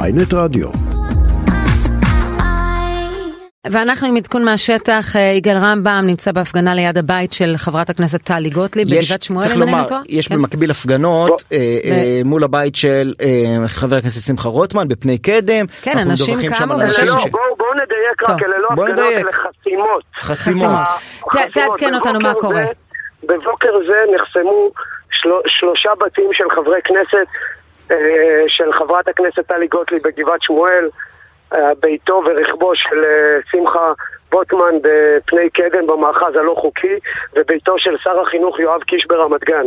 ויינט רדיו. ואנחנו עם עדכון מהשטח, אה, יגאל רמב"ם נמצא בהפגנה ליד הבית של חברת הכנסת טלי גוטליב יש, בגבעת שמואל, צריך אם אינני לומר, טועה. יש כן. במקביל הפגנות אה, אה, מול הבית של אה, חבר הכנסת שמחה רוטמן בפני קדם. כן, אנחנו אנשים מדווחים שם קמו על אבל אלה אנשים לא, ש- בואו בואו נדייק טוב. רק, אלה לא בואו הפגנות, נדייק. אלה חסימות. שחסימות. חסימות. ת- החסימות. תעדכן אותנו מה בבוקר קורה. זה- בבוקר זה נחסמו של- שלושה בתים של חברי כנסת, אה, של חברת הכנסת טלי גוטליב בגבעת שמואל, אה, ביתו ורכבו של אה, שמחה בוטמן בפני קדם במאחז הלא חוקי, וביתו של שר החינוך יואב קיש ברמת גן.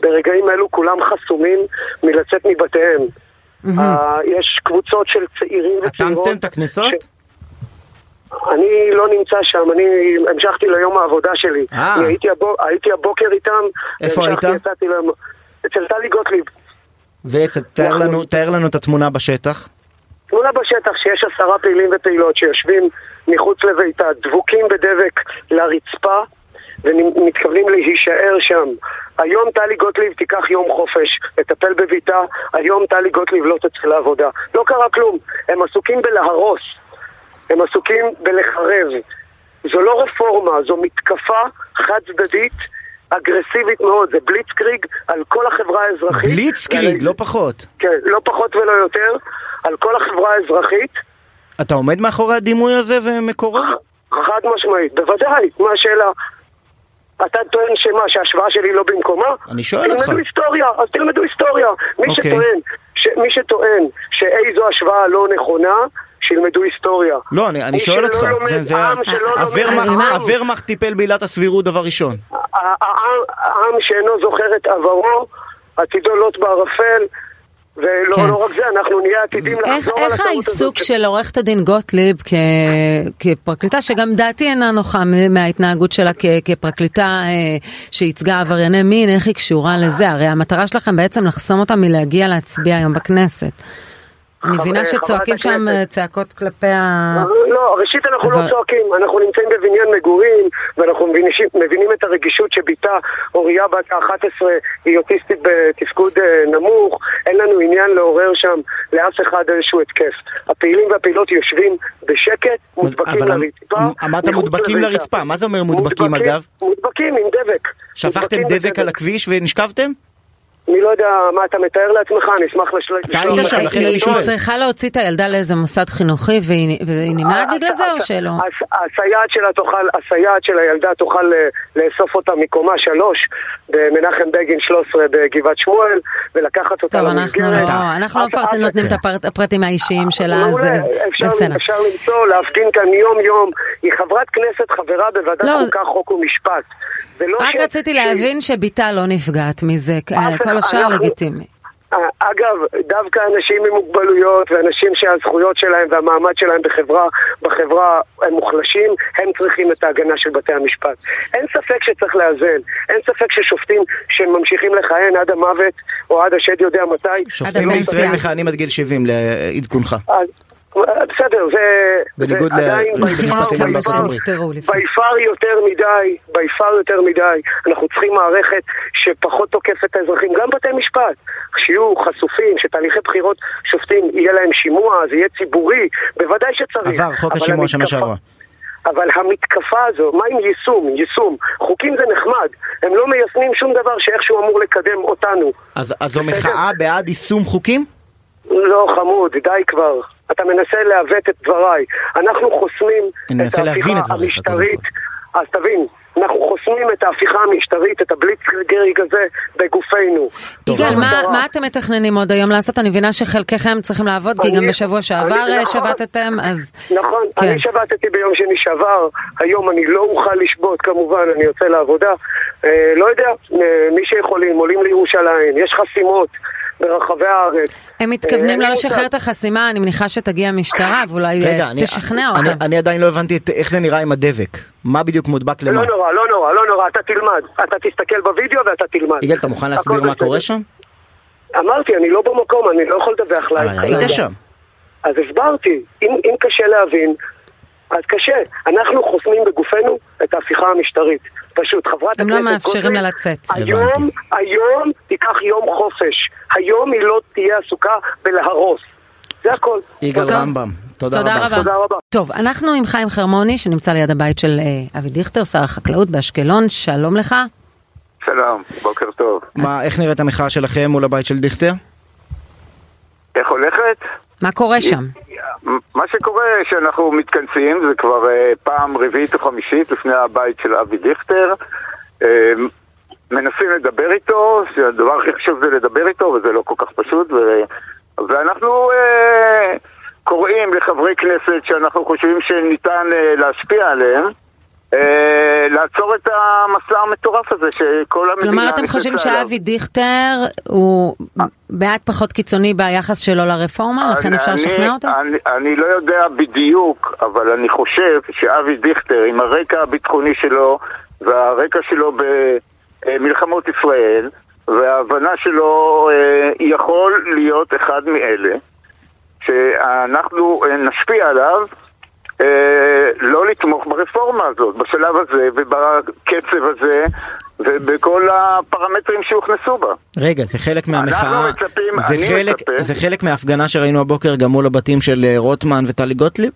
ברגעים אלו כולם חסומים מלצאת מבתיהם. אה, יש קבוצות של צעירים וצעירות... אטמתם את הכניסות? ש- אני לא נמצא שם, אני המשכתי ליום העבודה שלי. אה. אני הייתי, הבו, הייתי הבוקר איתם. איפה והמשכתי, היית? יצאתי ליום... אצל טלי גוטליב. ותאר אנחנו- לנו, תאר לנו את התמונה בשטח. תמונה בשטח שיש עשרה פעילים ופעילות שיושבים מחוץ לביתה, דבוקים בדבק לרצפה ומתכוונים להישאר שם. היום טלי גוטליב תיקח יום חופש, תטפל בביתה, היום טלי גוטליב לא תצא לעבודה. לא קרה כלום, הם עסוקים בלהרוס, הם עסוקים בלחרב. זו לא רפורמה, זו מתקפה חד צדדית, אגרסיבית מאוד, זה בליצקריג על כל החברה האזרחית. בליצקריג, ועל- לא פחות. כן, לא פחות ולא יותר, על כל החברה האזרחית, אתה עומד מאחורי הדימוי הזה ומקורו? אה. חד משמעית. בוודאי, מה השאלה? אתה טוען שמה, שההשוואה שלי לא במקומה? אני שואל אותך. תלמדו היסטוריה, אז תלמדו היסטוריה. מי אוקיי. שטוען, ש, מי שטוען שאיזו השוואה לא נכונה, שילמדו היסטוריה. לא, אני, אני מי שואל שלא אותך, לומד, זה, זה, עם אה, שלא לומד הוורמאכט- עם. הוורמאכט טיפל בעילת הסבירות דבר ראשון. העם, העם שאינו זוכר את עברו, עתידו לוט בערפל, ולא כן. לא רק זה, אנחנו נהיה עתידים איך, לחזור על איך הטעות הזאת. העיסוק של עורכת הדין גוטליב כ, כפרקליטה, שגם דעתי אינה נוחה מ- מההתנהגות שלה כ, כפרקליטה אה, שייצגה עברייני מין, איך היא קשורה לזה? הרי המטרה שלכם בעצם לחסום אותם מלהגיע להצביע היום בכנסת. אני חבר- מבינה חברת שצועקים שם הכנסת. אה, צעקות כלפי ה... לא, ראשית אנחנו אבל- לא צועקים, אנחנו נמצאים בבניין מגורים ואנחנו מבינים- מבינים את הרגישות שבתה אוריה בת ה-11 היא אוטיסטית בתפקוד אה, נמוך, אין לנו עניין לעורר שם לאף אחד איזשהו התקף. הפעילים והפעילות יושבים בשקט, מודבקים אבל אמ- לרצפה. אמ- אמרת מחוץ מודבקים לביתה. לרצפה, מה זה אומר מודבקים, אגב? מודבקים עם דבק. שפכתם מודבקים דבק בדבק. על הכביש ונשכבתם? אני לא יודע מה אתה מתאר לעצמך, אני אשמח לשלוח. אתה היא, היית שם, לכן אני היא, שואל. היא צריכה להוציא את הילדה לאיזה מוסד חינוכי והיא, והיא נמנעת אה, בגלל זה או הס- שלא? הס- אה, הסייעת שלה תוכל, הסייעת של הילדה תוכל אה, לאסוף אותה מקומה שלוש במנחם בגין 13 בגבעת שמואל ולקחת אותה טוב, למסגרת. אנחנו לא, אה, אנחנו לא אף- אף- מפרט- נותנים את הפרט- הפרטים אה, האישיים שלה, אז מעולה, אז- אפשר- בסדר. אפשר למצוא, להפגין כאן יום-יום. היא חברת כנסת, חברה בוועדת לא, חוקה, חוק ומשפט. זה לא רק ש- אה, רציתי ש- להבין שבתה לא נפגעת מזה, אה, אף אחד- כל השאר אנחנו- לגיטימי. אה, אגב, דווקא אנשים עם מוגבלויות ואנשים שהזכויות שלהם והמעמד שלהם בחברה, בחברה הם מוחלשים, הם צריכים את ההגנה של בתי המשפט. אין ספק שצריך לאזן, אין ספק ששופטים שממשיכים לכהן עד המוות או עד השד יודע מתי. שופטים הפנסיה. בישראל מכהנים עד גיל 70 לעדכונך. אז- בסדר, זה... בניגוד זה ל- עדיין לבית by המשפט far, העליון by בארצות far, הברית. נפטרו לפני. by far יותר מדי, by far יותר מדי, אנחנו צריכים מערכת שפחות תוקפת את האזרחים, גם בתי משפט, שיהיו חשופים, שתהליכי בחירות שופטים יהיה להם שימוע, זה יהיה ציבורי, בוודאי שצריך. עבר חוק אבל השימוע המתקפה- שנה שעברה. אבל המתקפה הזו, מה עם יישום? יישום. חוקים זה נחמד, הם לא מיישמים שום דבר שאיכשהו אמור לקדם אותנו. אז אז זו מחאה בעד יישום חוקים? לא, חמוד, די כבר. אתה מנסה לעוות את דבריי. אנחנו חוסמים אני את מנסה להבין ההפיכה את דבריך, המשטרית. אז תבין, אנחנו חוסמים את ההפיכה המשטרית, את הבליצקריג הזה, בגופנו. טוב, יגאל, אבל- מה- מה אתם מתכננים עוד היום לעשות? אני מבינה שחלקכם צריכים לעבוד, כי גם אני- בשבוע שעבר אני- אה, נכון. שבתתם, אז... נכון, כן. אני שבתתי ביום שני שעבר, היום אני לא אוכל לשבות כמובן, אני יוצא לעבודה. אה, לא יודע, אה, מי שיכולים, עולים לירושלים, יש חסימות ברחבי הארץ. הם מתכוונים אה, לא אני לשחרר רוצה- את החסימה, אני מניחה שתגיע המשטרה ואולי אה, רגע, אני- תשכנע אני- אותם. אני עדיין לא הבנתי את- איך זה נראה עם הדבק. מה בדיוק מודבק למה? לא נורא, לא נורא, לא נורא, אתה תלמד. אתה תסתכל בווידאו ואתה תלמד. יגאל, אתה מוכן להסביר הכל מה בסדר. קורה שם? אמרתי, אני לא במקום, אני לא יכול לדווח להם. אבל אה, היית שם. אז הסברתי, אם, אם קשה להבין, אז קשה. אנחנו חוסמים בגופנו את ההפיכה המשטרית. פשוט, חברת הם לא הכנסת מאפשרים גוטליב, לה לצאת. היום, הבנתי. היום תיקח יום חופש. היום היא לא תהיה עסוקה בלהרוס. זה זה הכל. יגאל טוב. רמב"ם, תודה תודה רבה. רבה. תודה רבה. טוב, אנחנו עם חיים חרמוני שנמצא ליד הבית של אה, אבי דיכטר, שר החקלאות באשקלון, שלום לך. שלום, בוקר טוב. מה, איך נראית המחאה שלכם מול הבית של דיכטר? איך הולכת? מה קורה שם? מה שקורה שאנחנו מתכנסים, זה כבר אה, פעם רביעית או חמישית לפני הבית של אבי דיכטר. אה, מנסים לדבר איתו, שהדבר הכי חשוב זה לדבר איתו, וזה לא כל כך פשוט. ו... ואנחנו אה, קוראים לחברי כנסת שאנחנו חושבים שניתן אה, להשפיע עליהם. אה, לעצור את המסע המטורף הזה שכל המדינה... כלומר, אתם נכנסה חושבים אליו. שאבי דיכטר הוא מעט פחות קיצוני ביחס שלו לרפורמה, לכן אה. אני- אפשר אה, אני- לשכנע אותו? אני, אני לא יודע בדיוק, אבל אני חושב שאבי דיכטר, עם הרקע הביטחוני שלו, והרקע שלו במלחמות ישראל, וההבנה שלו אה, יכול להיות אחד מאלה, שאנחנו אה, נשפיע עליו אה, לא לתמוך ברפורמה הזאת, בשלב הזה ובקצב הזה ובכל הפרמטרים שהוכנסו בה. רגע, זה חלק מהמחאה, אנחנו מצפים, זה אני חלק- מצפה. זה חלק מההפגנה שראינו הבוקר גם מול הבתים של אה, רוטמן וטלי גוטליב?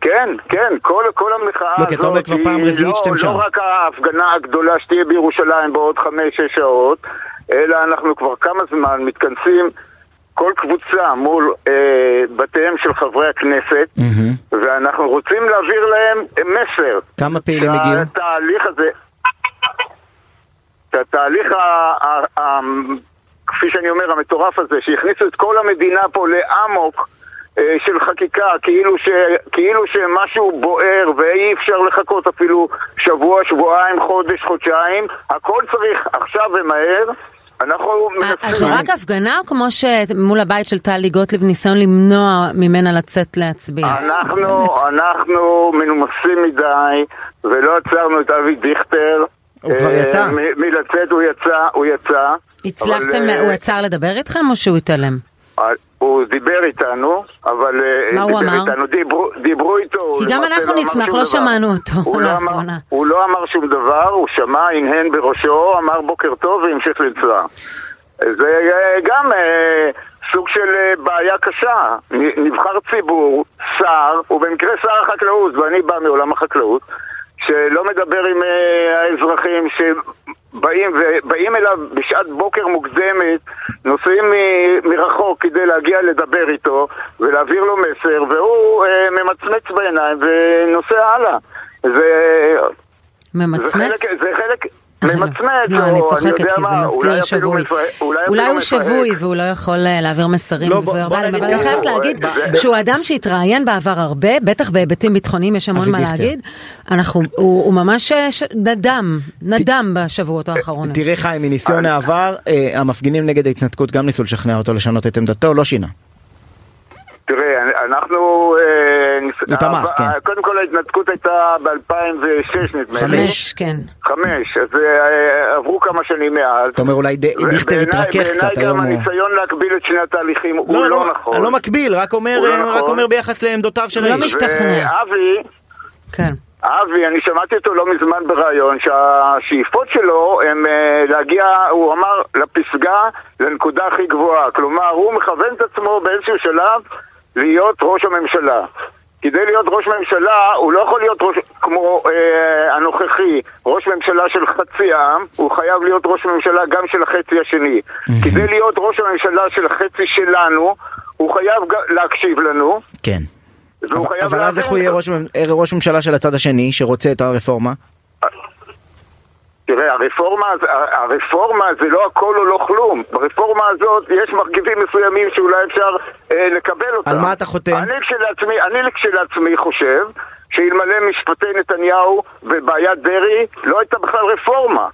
כן, כן, כל, כל המחאה לא, הזאת, כי אתה אומר כבר פעם היא רביעית לא, שאתם שם. לא רק ההפגנה הגדולה שתהיה בירושלים בעוד חמש-שש שעות, אלא אנחנו כבר כמה זמן מתכנסים, כל קבוצה מול אה, בתיהם של חברי הכנסת, מהמם. ואנחנו רוצים להעביר להם מסר. כמה פעילים אה, הגיעו? שהתהליך הזה, שהתהליך, ה- ה- ה- כפי שאני אומר, המטורף הזה, שהכניסו את כל המדינה פה לאמוק אה, של חקיקה, כאילו, ש, כאילו שמשהו בוער ואי אפשר לחכות אפילו שבוע, שבועיים, חודש, חודשיים, הכל צריך עכשיו ומהר. אנחנו אה, אז זו מנסים... רק הפגנה או כמו שמול הבית של טלי גוטליב ניסיון למנוע ממנה לצאת להצביע? אנחנו, אנחנו מנומסים מדי, ולא עצרנו את אבי דיכטר. הוא כבר אה, יצא. מ- מלצאת הוא יצא, הוא יצא. הצלחתם, אבל, אה, הוא עצר לדבר איתכם או שהוא התעלם? אה, הוא דיבר איתנו, אבל... אה, מה הוא דיבר אמר? איתנו, דיברו, דיברו איתו. הוא גם למעשה אנחנו לא אמר נשמח, שום לא דבר. שמענו אותו הוא לא אמר- לאחרונה. הוא לא אמר שום דבר, הוא שמע, הנהן בראשו, אמר בוקר טוב והמשיך לנסוע. זה אה, גם אה, סוג של אה, בעיה קשה. נ- נבחר ציבור, שר, הוא במקרה שר החקלאות, ואני בא מעולם החקלאות, שלא מדבר עם אה, האזרחים שבאים ובאים אליו בשעת בוקר מוקדמת, נוסעים מ- מרחוק כדי להגיע לדבר איתו ולהעביר לו מסר, והוא אה, ממצמץ בעיניים ונוסע הלאה. זה ממצמץ? זה חלק, זה חלק ממצמץ, לא, או אני צוחקת יודע כי זה מה, מזכיר אולי אפילו שבוי. מפהק- אולי אפילו הוא שבוי מפהק. והוא לא יכול אה, להעביר מסרים לא, בוא- בוא וורבליים, נגיד אבל אני ככה, חייבת הוא- להגיד ב- שהוא אדם שהתראיין בעבר הרבה, בטח בהיבטים ביטחוניים יש המון אבי מה דיכטר. להגיד. אנחנו, הוא הוא ממש אה, ש- נדם, נדם בשבועות האחרונים. תראה חיים, מניסיון העבר, אה, המפגינים נגד ההתנתקות גם ניסו לשכנע אותו לשנות את עמדתו, לא שינה. תראה, אנחנו... אה, נס- הוא תמך, אה, כן. קודם כל ההתנתקות הייתה ב-2006 נדמה לי. חמש, כן. חמש, אז אה, עברו כמה שנים מאז. אתה אומר אולי ד- ובעיניי- דיכטר התרכך קצת, בעיניי גם היום הוא... הניסיון להקביל את שני התהליכים הוא לא, לא נכון. אני לא מקביל, רק אומר הוא לא אה, רק נכון. אומר ביחס לעמדותיו של הוא לא האיש. משתכנע. ואבי, כן. אבי, אני שמעתי אותו לא מזמן בריאיון שהשאיפות שלו הם אה, להגיע, הוא אמר, לפסגה, לנקודה הכי גבוהה. כלומר, הוא מכוון את עצמו באיזשהו שלב להיות ראש הממשלה. כדי להיות ראש ממשלה, הוא לא יכול להיות ראש, כמו אה, הנוכחי, ראש ממשלה של חצי העם, הוא חייב להיות ראש ממשלה גם של החצי השני. כדי להיות ראש הממשלה של החצי שלנו, הוא חייב גם להקשיב לנו, כן. והוא אבל- חייב אבל אז להבין- איך הוא יהיה ראש מ- אה, ראש ממשלה של הצד השני שרוצה את הרפורמה? תראה, הרפורמה, הז- ה- הרפורמה זה לא הכל או לא כלום. ברפורמה הזאת יש מרכיבים מסוימים שאולי אפשר אה, לקבל אותם. על מה אתה חותם? אני כשלעצמי, אני כשלעצמי חושב שאלמלא משפטי נתניהו ובעיית דרעי, לא הייתה בכלל רפורמה.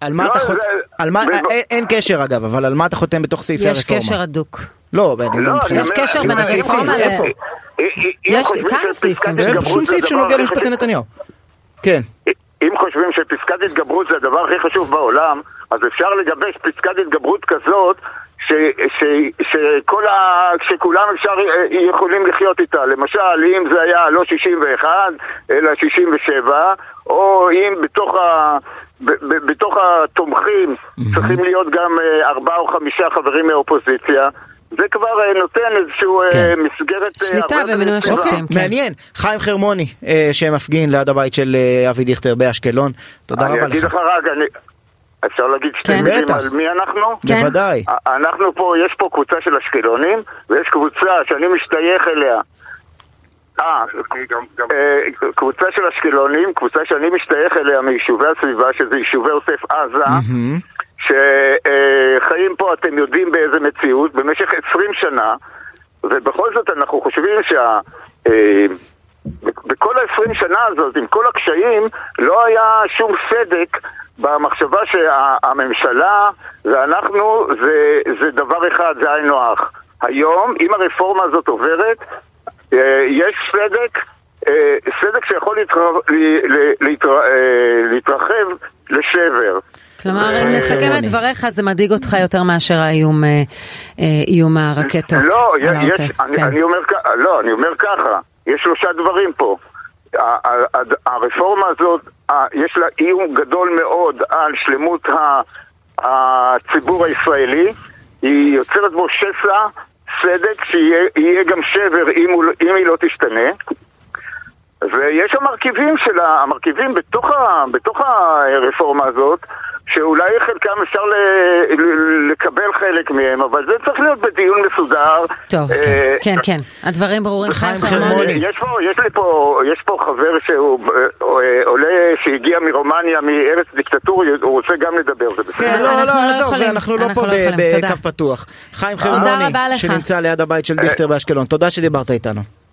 על מה לא, אתה חותם? זה- על מה- ב- אה, אין- אין קשר אגב, אבל על מה אתה חותם בתוך סעיפי יש הרפורמה? קשר הדוק. לא, אני לא, גם אני מבחינת- יש אומר, קשר אני אה, בין אומר, הרפורמה אם- ל- איפה? אם- אם יש חושבים כמה שפסקת סעיפים. התגברות אין זה שום סעיף הדבר שנוגע הכי למשפטי חשוב- נתניהו. כן. אם חושבים שפסקת התגברות זה הדבר הכי חשוב בעולם, אז אפשר לגבש פסקת התגברות כזאת ש, ש, שכל ה, שכולם אפשר, אה, יכולים לחיות איתה. למשל, אם זה היה לא 61, אלא 67, או אם בתוך, ה, ב, ב, בתוך התומכים צריכים להיות גם אה, ארבעה או חמישה חברים מהאופוזיציה. זה כבר אה, נותן איזשהו אה, כן. מסגרת... אה, שליטה הרבה יותר במינוי יציבה. השופטים. כן. אוקיי, מעניין, חיים חרמוני אה, שמפגין ליד הבית של אה, אבי דיכטר באשקלון, תודה אני רבה אגיד לך. לך רק, אני... אפשר להגיד שתי כן. מילים בטח. על מי אנחנו? כן. בוודאי. א- אנחנו פה, יש פה קבוצה של אשקלונים, ויש קבוצה שאני משתייך אליה. אה, אה, קבוצה של אשקלונים, קבוצה שאני משתייך אליה מיישובי הסביבה, שזה יישובי עוטף עזה, מהמם. שחיים פה, אתם יודעים באיזה מציאות, במשך 20 שנה, ובכל זאת אנחנו חושבים שה... אה, ב- בכל ה-20 שנה הזאת, עם כל הקשיים, לא היה שום סדק במחשבה שהממשלה ואנחנו זה, זה דבר אחד, זה היינו הך. היום, אם הרפורמה הזאת עוברת, אה, יש סדק, אה, סדק שיכול להתרחב, אה, להתרחב לשבר. כלומר, אה, אם נסכם את רוני. דבריך, זה מדאיג אותך יותר מאשר האיום אה, אה, איום הרקטות לא, על יש- העוטף. יש, אני, כן. אני אומר, כ- לא, אני אומר ככה, יש שלושה דברים פה. ה- ה- ה- הרפורמה הזאת, ה- יש לה איום גדול מאוד על שלמות ה- הציבור הישראלי, היא יוצרת בו שסע, סדק, שיהיה יהיה גם שבר אם, הוא לא- אם היא לא תשתנה. ויש המרכיבים של ה- המרכיבים בתוך, ה, בתוך הרפורמה הזאת, שאולי חלקם אפשר ל, ל, לקבל חלק מהם, אבל זה צריך להיות בדיון מסודר. טוב, אה, כן, כן, כן, הדברים ברורים. חיים חיים חרמוני. חרמוני. יש פה, יש לי פה, יש פה חבר שהוא אה, עולה, שהגיע מרומניה, מארץ דיקטטורית, הוא רוצה גם לדבר, זה בסדר. כן, אנחנו לא, לא לא, עזוב, יכולים, אנחנו לא אנחנו פה לא ב- יכולים, תודה. בקו פתוח. חיים תודה רבה חרמוני, לך. שנמצא ליד הבית של דיכטר באשקלון, תודה שדיברת איתנו.